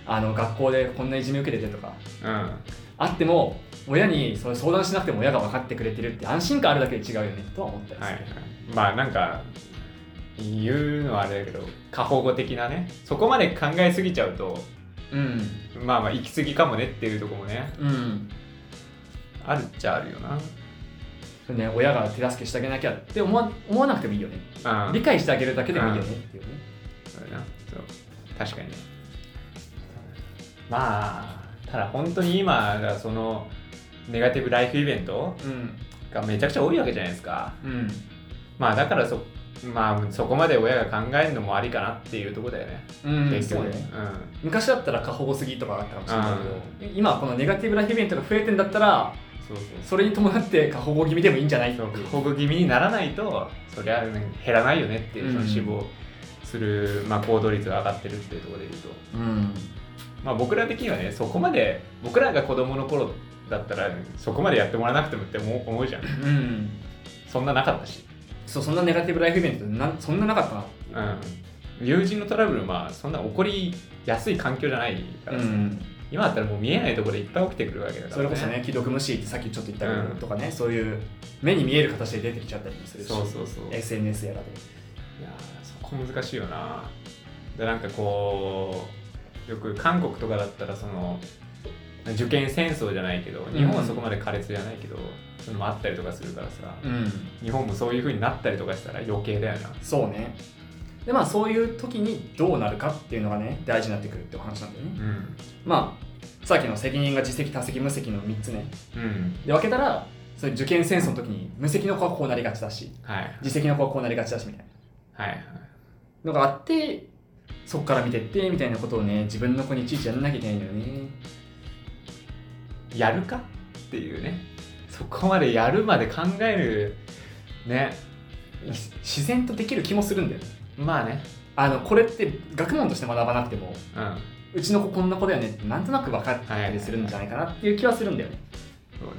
あの学校でこんないじめ受けててとかうんあっても親にそれ相談しなくても親が分かってくれてるって安心感あるだけで違うよねとは思ったりはいすはいる、、まあなんか言うのはあれだけど過保護的なねそこまで考えすぎちゃうとうんまあまあ行き過ぎかもねっていうとこもねうんあるっちゃあるよなね、親が手助けしてあげなきゃって思わ思わなくてもいいよねうん理解してあげるだけでもいいよねっていうねそうだなそう確かにねまあただ本当に今がそのネガティブライフイベントうんがめちゃくちゃ多いわけじゃないですかうんまあだからそ,、まあ、そこまで親が考えるのもありかなっていうとこだよね、うん、結そう局ね昔だったら過保護すぎとかあったかもしれないけど、今このネガティブライフイベントが増えてんだったらそうそうそれに伴って過保護気味でもいいんじゃないってそいうう保護気味にならないとそりゃ、ね、減らないよねっていうそのうん死亡する、まあ、行動率が上がってるっていうところで言うと、うんまあ、僕ら的にはねそこまで僕らが子供の頃だったらそこまでやってもらわなくてもって思う思うじゃんうんそんななかったし、そうそんなネガティブライフイベントなんそんななかったなうん、友人のトラブルまあそんな起こりやすい環境じゃないからさ、ん、今だったらもう見えないところでいっぱい起きてくるわけだから、それこそね既読無視ってさっきちょっと言ったけうどんとかね、そういう目に見える形で出てきちゃったりもするしそうそうそう SNS やらでいやーそこ難しいよなでなんかこうよく韓国とかだったらその受験戦争じゃないけど日本はそこまで苛烈じゃないけど、そういうのもあったりとかするからさ、うん日本もそういう風になったりとかしたら余計だよなそうねでまあそういう時にどうなるかっていうのがね大事になってくるってお話なんだよねうんまあさっきの責任が自責他責無責の3つねうんで分けたらそういう受験戦争の時に無責の子はこうなりがちだしはい自責の子はこうなりがちだしみたいはいはいなのがあってそこから見てってみたいなことをね自分の子にいちいちやんなきゃいけないんだよねやるかっていうねそこまでやるまで考えるねし自然とできる気もするんだよねまあねあのこれって学問として学ばなくてもうんうちの子こんな子だよねってなんとなく分かったりするんじゃないかなっていう気はするんだよねそうね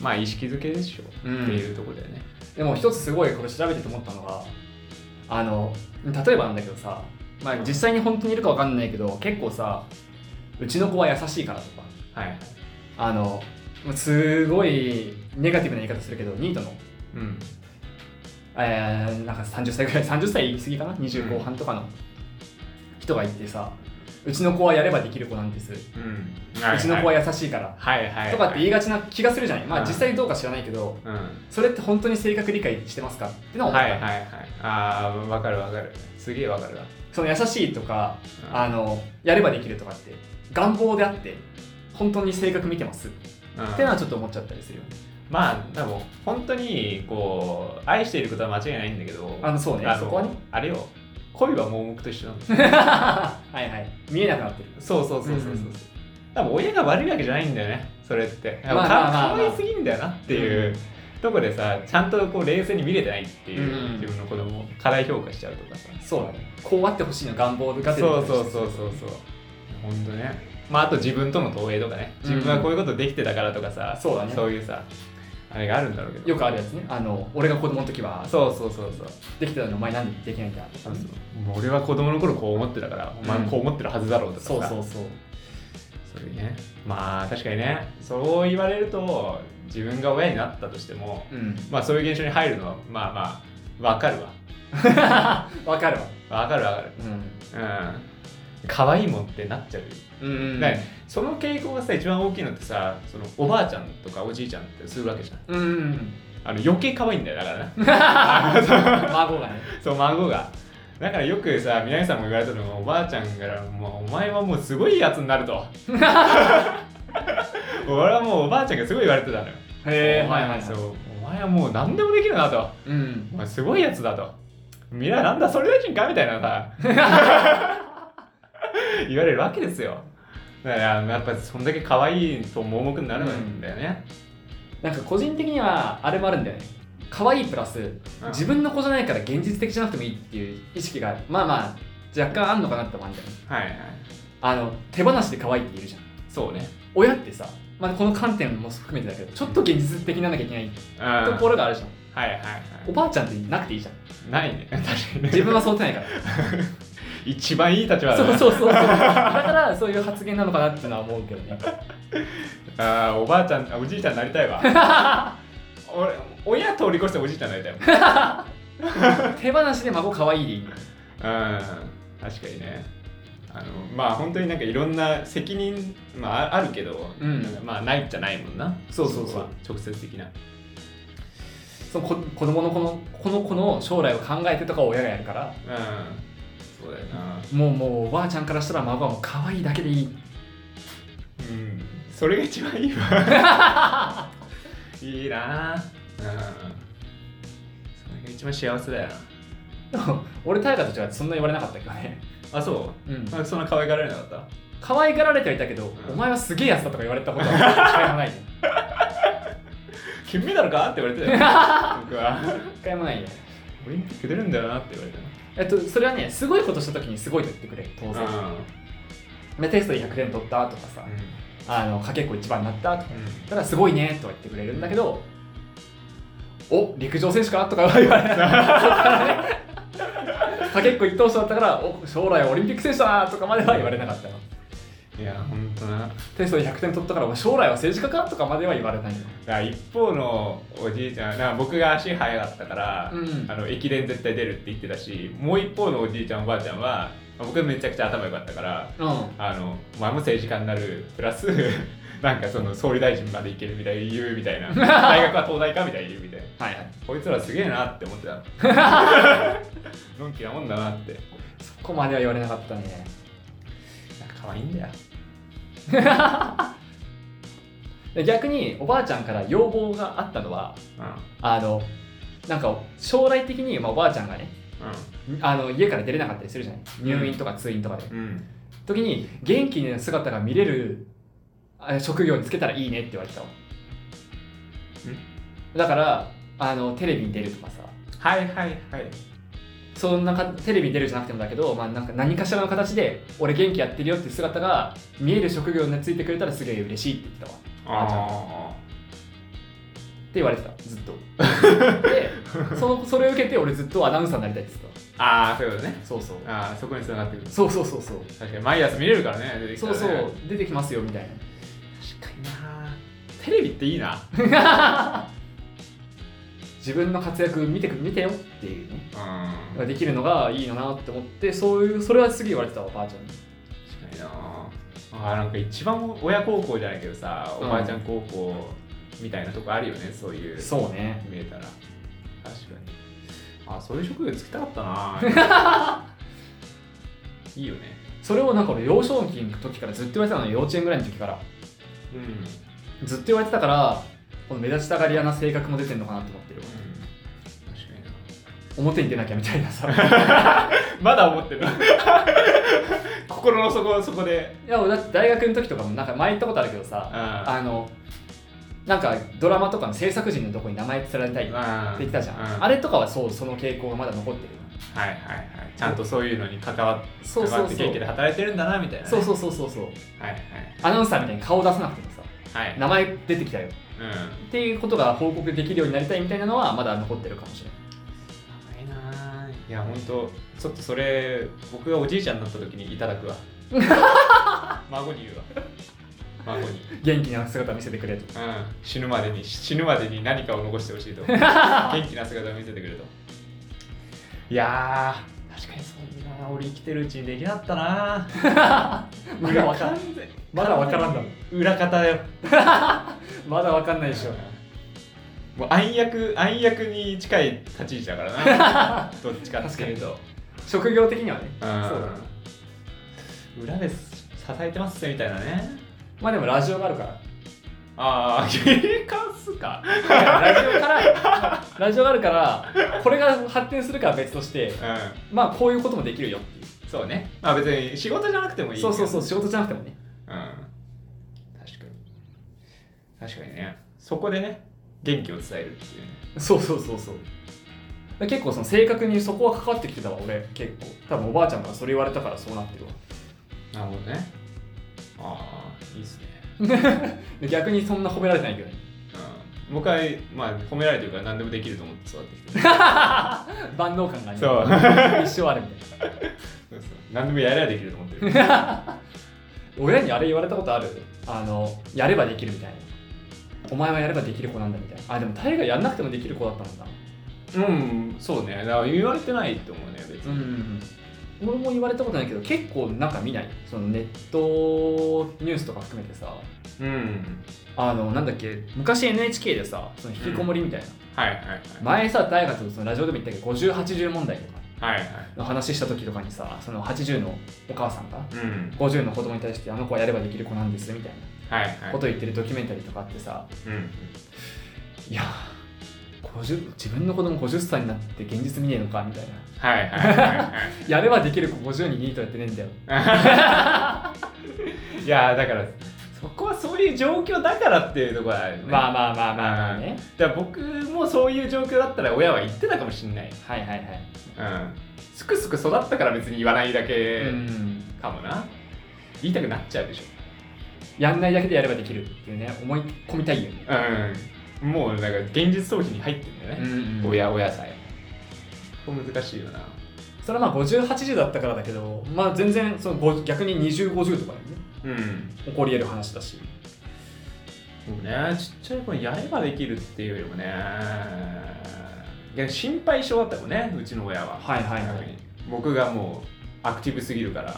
まあ意識づけでしょ、うんっていうとこだよねでも一つすごいこれ調べてて思ったのがあの例えばなんだけどさまあ、実際に本当にいるかわかんないけど結構さうちの子は優しいからとかはいはいあのすごいネガティブな言い方するけどニートの、うんえーなんか30歳ぐらい30歳行き過ぎかな20後半とかの人がいてさうちの子はやればできる子なんです、うんうちの子はや優しいから、はいはいはいとかって言いがちな気がするじゃない、まあうん実際どうか知らないけどうんそれって本当に性格理解してますかってのは思っはた、いはいはいああわかるわかるすげえわかるわその優しいとかうんあのやればできるとかって願望であって本当に性格見てますってうんのはちょっと思っちゃったりするよねまあでも本当にこう愛していることは間違いないんだけどあのそうねあそこは ねあれよ恋は盲目と一緒なんですよはいはい見えなくなってるそうそうそうそうそう、うんうん多分親が悪いわけじゃないんだよねそれってかまあまあまあまあかわいすぎんだよなっていう、とこでさちゃんとこう冷静に見れてないっていう、うんうん自分の子供を過大評価しちゃうとかさそうだねこうあってほしいの願望が出てそうるそうそうそうそうほんとねまああと自分との投影とかね自分はこういうことできてたからとかさ、んそうだねそういうさあれがあるんだろうけどよくあるやつねあの俺が子供の時はそうそうそうそうできてたのにお前なんでできないんだとそかうねそうもう俺は子供の頃こう思ってたから、お前もこう思ってるはずだろうとかさそうそうそうそれねまあ確かにねそう言われると自分が親になったとしてもうんまあそういう現象に入るのはまあまあわかるわわかるわわかるわかるううん可愛いもんってなっちゃうよ、んうんねその傾向がさ一番大きいのってさそのおばあちゃんとかおじいちゃんってするわけじゃんうんうんあの余計可愛いんだよだからね 孫がねそう孫がだからよくさ南さんも言われたのがおばあちゃんから「もうお前はもうすごいやつになる」 と俺はもうおばあちゃんがすごい言われてたのよへえおは前いはいそはいうお前はもう何でもできるなとうんお前すごいやつだとみんななんだそれ大臣かみたいな さ言われるわけですよだからやっぱそんだけ可愛いと盲目になるんだよね、なんか個人的にはあれもあるんだよね可愛いプラスうん自分の子じゃないから現実的じゃなくてもいいっていう意識がまあまあ若干あんのかなって思うんだよねはいはいあの手放しで可愛いって言うじゃんそうね親ってさ、まあ、この観点も含めてだけどちょっと現実的にならなきゃいけないうんはいところがあるじゃんはいはおばあちゃんってなくてい いじゃんいないね 確かにね自分はそう思ってないか一番いい立場らだ そねうそうそうそうだからそういう発言なのかなってのは思うけどねあーおばあちゃんあおじいちゃんになりたいわ 俺親通り越しておじいちゃんになりたいもん手放しで孫可愛いでいういん確かにねあのまあ本当になんかいろんな責任、まあ、ああるけど、うんなんかまあないじゃないもんなそうそうそうこは直接的なそのこ子供のこのこの子の将来を考えてとかを親がやるからうんそうだよなもうもうおばあちゃんからしたら孫はもう可愛いだけでいいうんそれが一番いいわ いいなうんそれが一番幸せだよでも 俺大河と違ってそんな言われなかったけどねなあそううんあそんな可愛がられなかった可愛がられてはいたけど、んお前はすげえやつだとか言われ たことは一回もない金メダルかって言われてた よ僕は一回もないねオリンピック出るんだよなって言われてえっとそれはねすごいことした時にすごいと言ってくれる当然、でテストで100点取ったとかさ、あのかけっこ一番になったとかただすごいねとは言ってくれるんだけど、お陸上選手かとかは言わ れないかけっこ一等賞だったからお将来はオリンピック選手だなとかまでは言われなかったのうんいやほんとなテストで100点取ったからお将来は政治家かとかまでは言われないのだから一方のおじいちゃんだから僕が足速かったから、うんあの駅伝絶対出るって言ってたしもう一方のおじいちゃんおばあちゃんはまあ僕めちゃくちゃ頭良かったからうんあのお前も政治家になるプラス なんかその総理大臣までいけるみたいに言うみたい な大学は東大かみたいに言うみたいなはいはいこいつらすげえなって思ってたの のんきなもんだなってそこまでは言われなかったねなんか可愛いんだよで逆におばあちゃんから要望があったのはうんうんあのなんか将来的に、まあ、おばあちゃんがねあの家から出れなかったりするじゃない入院とか通院とかで、うん時に元気な姿が見れるあ職業につけたらいいねって言われてたのだからあのテレビに出るとかさはいはいはいそんなかテレビに出るじゃなくてもだけど、まあ、なんか何かしらの形で俺元気やってるよって姿が見える職業についてくれたらすげえ嬉しいって言ってたわああ言われてたずっ とでそのそれを受けて俺ずっとアナウンサーになりたいって言ってああそういうことねたそうそうああそこにつながってくるそうそうそうそう確かに毎朝見れるからね出てきたそうらねそう出てきますよみたいな確かになテレビっていいな自分の活躍見てく見てよっていうねうんできるのがいいよなって思ってそういうそれは次言われてたおばあちゃんに確かになあーなんか一番親孝行じゃないけどさおばあちゃん孝行みたいなとこあるよねそういうそうね見えたら確かにあそういう職業つきたかったな いいよねそれをなんか俺幼少期の時からずっと言われてたのよ幼稚園ぐらいの時からうん、ずっと言われてたからこの目立ちたがり屋な性格も出てんのかなと思ってる確かにな表に出なきゃみたいな さまだ思って る心の底そこでいや俺だって大学の時とかもなんか前言ったことあるけどさああのなんかドラマとかの制作陣のとこに名前連れたいってあ言ってたじゃん、うんあれとかはそうその傾向がまだ残ってるはいはいはいちゃんとそういうのに関わって関そうそわうっそてう元気で働いてるんだなみたいなね、そうそうそうそうそうはいアナウンサーみたいに顔出さなくてもさはいはい名前出てきたようんっていうことが報告できるようになりたいみたいなのはまだ残ってるかもしれない甘いなあいや本当ちょっとそれ僕がおじいちゃんになった時にいただ くわ孫に言うわ孫に、元気な姿見せてくれとうん、死ぬまでに死ぬまでに何かを残してほしい と元気な姿を見せてくれといやー確かにそんな俺生きてるうちにできなかったなまだわかん完全まだわからんだもん裏方だよまだわかんないでしょもう暗躍暗躍に近い立ち位置だから などっちかっていうと職業的にはねうそうんだね裏で支えてますみたいなねまあでもラジオがあるからああ警官っすかラジオ からラジオがあるからこれが発展するかは別としてうまあこういうこともできるよっていんそうねまあ別に仕事じゃなくてもういいそうそうそうう仕事じゃなくてもねうん確かに確かにねそこでね元気を伝えるっていうねそうそうそうそう結構その性格にそこは関わってきてたわ俺結構多分おばあちゃんからそれ言われたからそうなってるわなるほどねああいいっすね、で逆にそんな褒められてないけどねうん、僕は、まあ、褒められてるから何でもできると思って育ってきてる万能感がねそう一生あるみたいなそうそう何でもやればできると思ってる親にあれ言われたことあるあのやればできるみたいなお前はやればできる子なんだみたいなあでも大がやんなくてもできる子だったもんなうんそうねだから言われてないと思うね別うに、ん俺も言われたことないけど結構なんか見ないそのネットニュースとか含めてさうん、あのなんだっけ昔 NHK でさその引きこもりみたいな、はいはいはい前さ大学のそのラジオでも言ったけど5080問題とかはいはいの話した時とかにさその80のお母さんがうん50の子供に対してあの子はやればできる子なんですみたいはいはいなことを言ってるドキュメンタリーとかあってさうんいやー50自分の子供50歳になって現実見ねえのかみたいなはいはいはいはやればできる子50人いいとやってねえんだよいいやだからそこはそういう状況だからっていうところはあるよねまあまあまあまあまあねだから僕もそういう状況だったら親は言ってたかもしんないはいはいはいうんすくすく育ったから別に言わないだけうんかもな、言いたくなっちゃうでしょやんないだけでやればできるっていうね思い込みたいよねうんもうなんか現実逃避に入ってんだよね、ん親親さえこれ難しいよなそれはまあ5080だったからだけどまあ全然その50逆に2050とかでねうん起こり得る話だしそうねちっちゃい子にやればできるっていうよりもねいや心配性だったもんねうちの親ははいはいはい逆に僕がもうアクティブすぎるから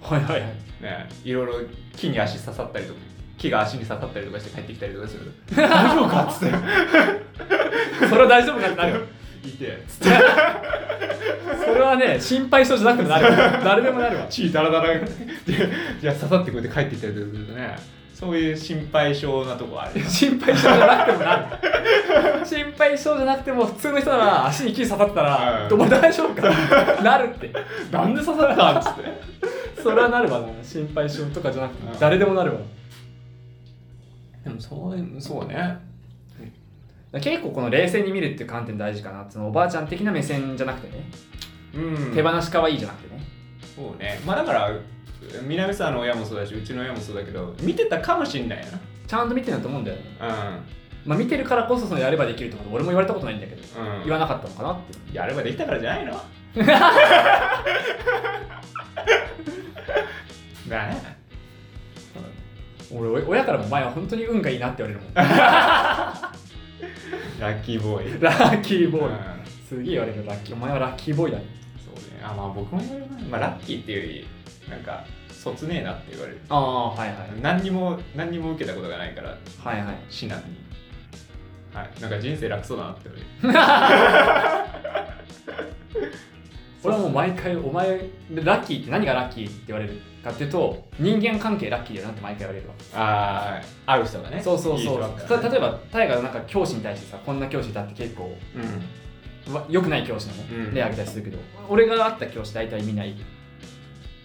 はいはいはいねいろいろ木に足刺さったりとか木が足に刺さったりとかして帰ってきたりとかする大丈夫かっつって それは大丈夫かってなるよいてつってそれはね心配性じゃなくてなるよ誰でもなるわ血ダラダラ でじゃあ刺さってこうやって帰ってきたりとかするとねそういう心配性なとこあるよ心配性じゃなくてもなる心配性じゃなくても普通の人なら足に木刺さったら「うんお前大丈夫か?」なるってなんで刺さったん つってそれはなるわな心配性とかじゃなくてうん誰でもなるわでもそうそうね結構この冷静に見るっていう観点大事かなそのおばあちゃん的な目線じゃなくてね、うん手放し可愛いじゃなくてねそうねまあだから南沢の親もそうだしうちの親もそうだけど見てたかもしんないちゃんと見てると思うんだよねなうんまあ、見てるからこそそのやればできるってこと俺も言われたことないんだけどうん言わなかったのかなってやればできたからじゃ ないのだね俺お親からも前は本当に運がいいなって言われる もんラッキーボーイラッキーボうんーイすげえ言われるラッキーお前はラッキーボーイだそうねあまあ僕も言われますまあラッキーっていうよりなんかそつねえなって言われるああはいはい何にも何にも受けたことがないからはいはい死なのにはいなんか人生楽そうだなって言われる俺はもう毎回お前ラッキーって何がラッキーって言われるかっていうと人間関係ラッキーだよなって毎回言われるわああ会う人がねそうそういいそ人うだったたらね例えばタイがなんか教師に対してさこんな教師だって結構わ良くない教師なの、うん例あげたりするけど俺が会った教師大体みんないい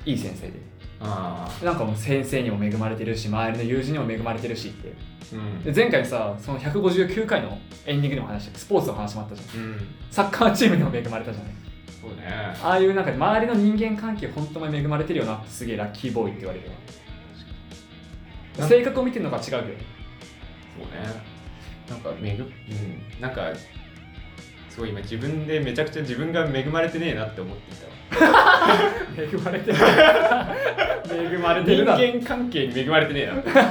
いい先生であなんかもう先生にも恵まれてるし周りの友人にも恵まれてるしってーうんで前回さその159回のエンディングでも話してスポーツの話もあったじゃんうんサッカーチームにも恵まれたじゃないそうねああいうなんか周りの人間関係本当に恵まれてるよなってすげえラッキーボーイって言われるわ性格を見てるのが違うけどそうねなんかめぐうんなんかすごい今自分でめちゃくちゃ自分が恵まれてねえなって思っていたわ恵まれてる恵まれて人るな間関係に恵まれてねえな確か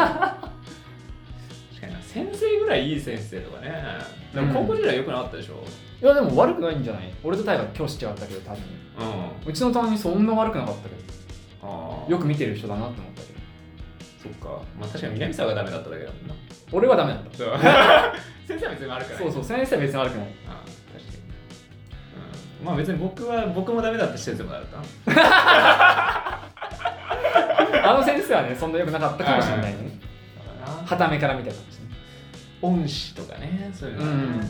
にな先生ぐらいいい先生とかねでも高校時代よくなかったでしょいやでも悪くないんじゃない俺とタイが教師違ったけど多分うん、あうちの担任そんな悪くなかったけどあよく見てる人だなって思ったけどそっかまあ確かに南沢がダメだっただけだも んな俺はダメだったそう先生は別に悪くないそうそう先生は別に悪くないああ確かに、うん、まあ別に僕は僕もダメだったし先生もダメだったなあの先生はねそんな良くなかったかもしれないねだからなはためから見たかもしれない恩師とかねそういうの、うん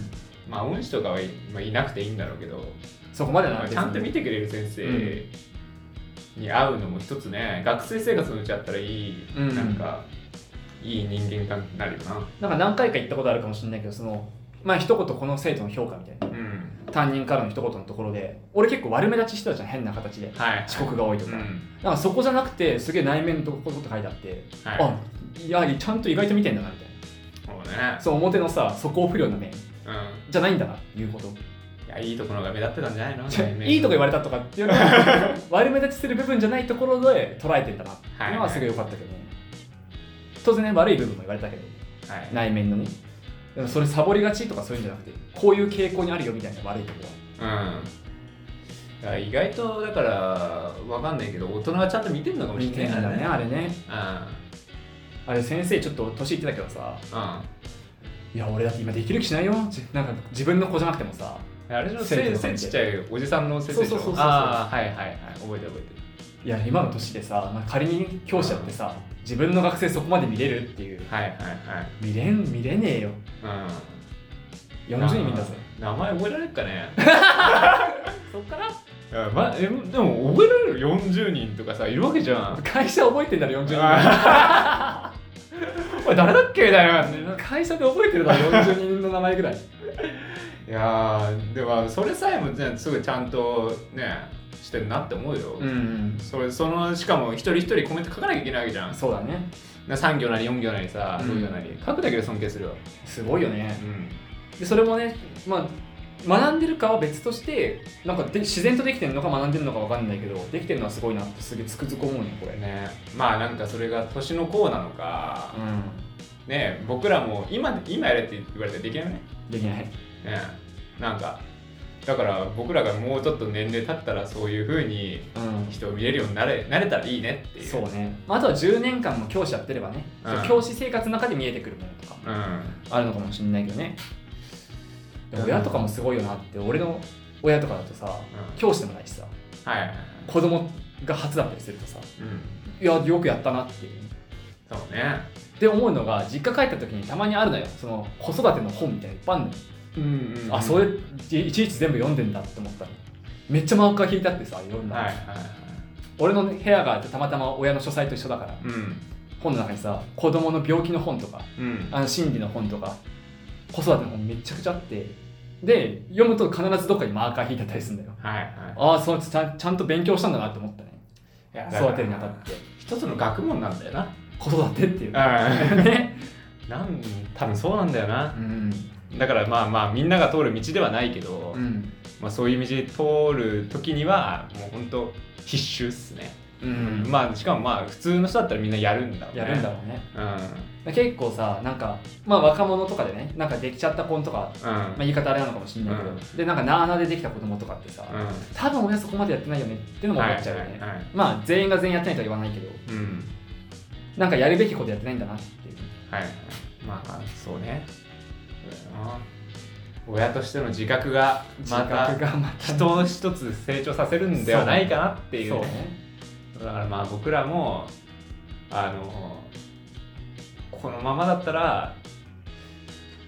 まあ恩師とかはい,、まあ、いなくていいんだろうけどそこまでまなあちゃんと見てくれる先生に会うのも一つね、学生生活のうちあったらいい、うんなんかいい人間関係になるよななんか何回か言ったことあるかもしれないけどそのまあ一言この生徒の評価みたいなうん担任からの一言のところで俺結構悪目立ちしてたじゃん変な形ではい遅刻が多いとうか、ん、なんかそこじゃなくてすげえ内面のとここと書いてあって、はいあいやちゃんと意外と見てんだなみたいそうねなそう表のさ素行不良な面うんじゃないんだなっていうこといやいいところが目立ってたんじゃないのいいとこ言われれたとかっていうの は悪目立ちする部分じゃないところで捉えてんだなっていうのはすごい良かったけどね、当然ね悪い部分も言われたけどはい、内面のねでもそれサボりがちとかそういうんじゃなくてこういう傾向にあるよみたいな悪いところはうんだから意外とだからわかんないけど大人はちゃんと見てるのかもし見てれんないだからねあれねあれ先生ちょっと年いってたけどさういや俺だって今できる気しないよじなんか自分の子じゃなくてもさん、あれでしょ生徒背の関係背ちっちゃいおじさんの先生でしょそうそうそうそうああはいはいはい覚えてる覚えていや今の年でさ、まあ、仮に教師だってさ自分の学生そこまで見れるっていうるはいはいはい見れん見れねえようん40人見たぜ名前覚えられるかね そっからま、えでも覚えられる40人とかさいるわけじゃ ん会社覚えてんだろ40人あーおい誰だっけみたいな会社で覚えてるだろ40人の名前ぐらいいやーでもそれさえもねすぐちゃんとねしてるなって思うよ、んそれそのしかも一人一人コメント書かなきゃいけないわけじゃんそうだねな3行なり4行なりさうん5行なり、書くだけで尊敬するよ、すごいよねうん、でそれもね、まあ、学んでるかは別としてなんかで自然とできてるのか学んでるのかわかんないけどできてるのはすごいなってすげえつくづく思うねこれねねまあなんかそれが年の功なのかう、んね僕らも今今やれって言われたらできないよねできないねなんかだから僕らがもうちょっと年齢経ったらそういう風にうん人を見れるようになれなれたらいいねっていうそうねまああとは10年間も教師やってればね、うん教師生活の中で見えてくるものとかうんあるのかもしれないけどねうでもん親とかもすごいよなって俺の親とかだとさうん教師でもないしさはいはいはい子供が初だったりするとさうんいやよくやったなっていうそうねで思うのが実家帰った時にたまにあるのよその子育ての本みたいなのいっぱいあるのようんうんあそれいいちいち全部読んでんだって思ったのめっちゃマーカー引いてあってさいろんな、はいはいはい俺の部屋がたまたま親の書斎と一緒だからうん本の中にさ子供の病気の本とかうんあの心理の本とか子育ての本めちゃくちゃあってで読むと必ずどっかにマーカー引いてあったりするんだよはいはいああそうちゃんちゃんと勉強したんだなって思ったねいやだから育てるにあたって一つの学問なんだよな子育てっていううん ねなん多分そうなんだよなう、んだからまあまあみんなが通る道ではないけど、うんまあ、そういう道通る時にはもう本当必修っすね、うんままあしかもまあ普通の人だったらみんなやるんだろうあねやるんだろうねうんうん結構さなんかまあ若者とかでねなんかできちゃった子とか、まあ、言い方あれなのかもしれないけど、うんでなんかなあなあでできた子供とかってさ、う多分俺はそこまでやってないよねっていうのんも思っちゃうよね、はいはいはいまあ全員が全員やってないとは言わないけうどんなんかやるべきことやってないんだなっていうはいまあそうねそうだよな親としての自覚がまた自覚がまた人を一つ成長させるんではないかなっていうそうねねだからまあ僕らもあのこのままだったら、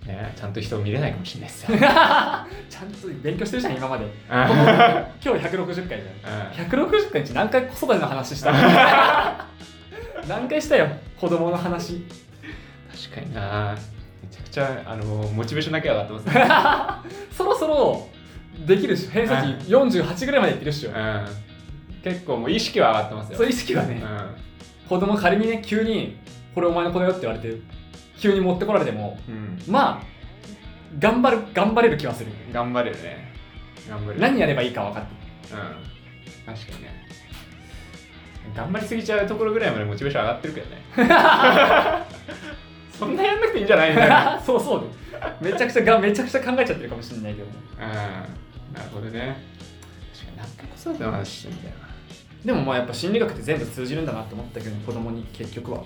ね、ちゃんと人を見れないかもしれない ですよ。ちゃんと勉強してるじゃん今までうん今日160回じゃんう160回って何回子育ての話した 何回したよ子供の話ん確かになめちゃくちゃあのモチベーションだけ上がってますね。そろそろできるっしょ偏差値48ぐらいまでいってるっしょうん、結構もう意識は上がってますよ。そういう意識はね子供仮にね急に「これお前の子だよ」って言われて急に持ってこられてもうんうんまあ頑張る頑張れる気はする頑張れるね。頑張れる。何やればいいか分かってるうん、確かにね。頑張りすぎちゃうところぐらいまでモチベーション上がってるけどね。 そんなやんなくていいんじゃないんだよ。 そうそうめちゃくちゃがめちゃくちゃ考えちゃってるかもしれないけどうん、なるほどね。確かに何回子育ての話してんだよな。でもまあやっぱ心理学って全部通じるんだなって思ったけど子供に結局は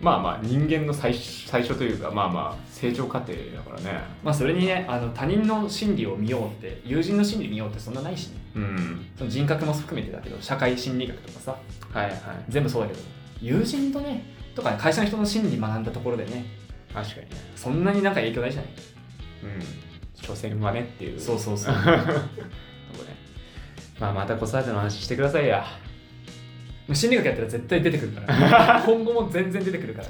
まあまあ人間の最初最初というかまあまあ成長過程だからね。まあそれにねあの他人の心理を見ようって友人の心理見ようってそんなないしねうん。その人格も含めてだけど社会心理学とかさはいはい。全部そうだけど友人とねとか会社の人の心理学んだところでね確かにね。そんなになんか影響ないじゃないうん。所詮はねっていう。そうそそうそうこね。まあまた子育ての話してくださいや。心理学やったら絶対出てくるから 今後も全然出てくるから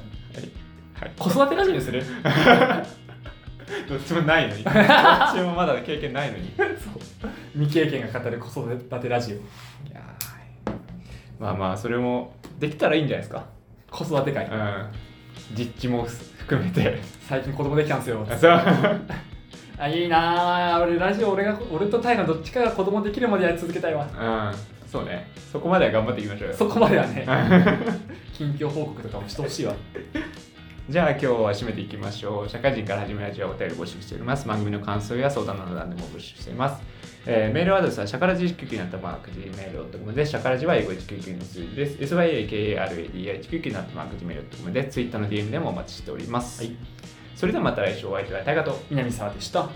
はい。子育てラジオにする どっちもない のに。どっちもまだ経験ないのに。いそう未経験が語る子育てラジやーまあまあそれもできたらいいんじゃないですか。オ子育て会うん。実地も含めて。最近子供できたんすよ そう。あいいなあ俺ラジオ俺が俺とタイのどっちかが子供できるまでやり続けたいわうん、そうね。そこまでは頑張っていきましょうよ。そこまではね近況報告とかもしてほしいわじゃあ今日は締めていきましょう。社会人から始めるラジオはお便り募集しております。番組の感想や相談など何でも募集しています。えーメールアドレスはシャカラジ199になったマーク Gmail.com で、シャカラジは英語199の数字です。syakaradi199 になったマーク Gmail.com で、Twitter の DM でもお待ちしております。はいそれではまた来週お会いいたいタイガと。南沢でした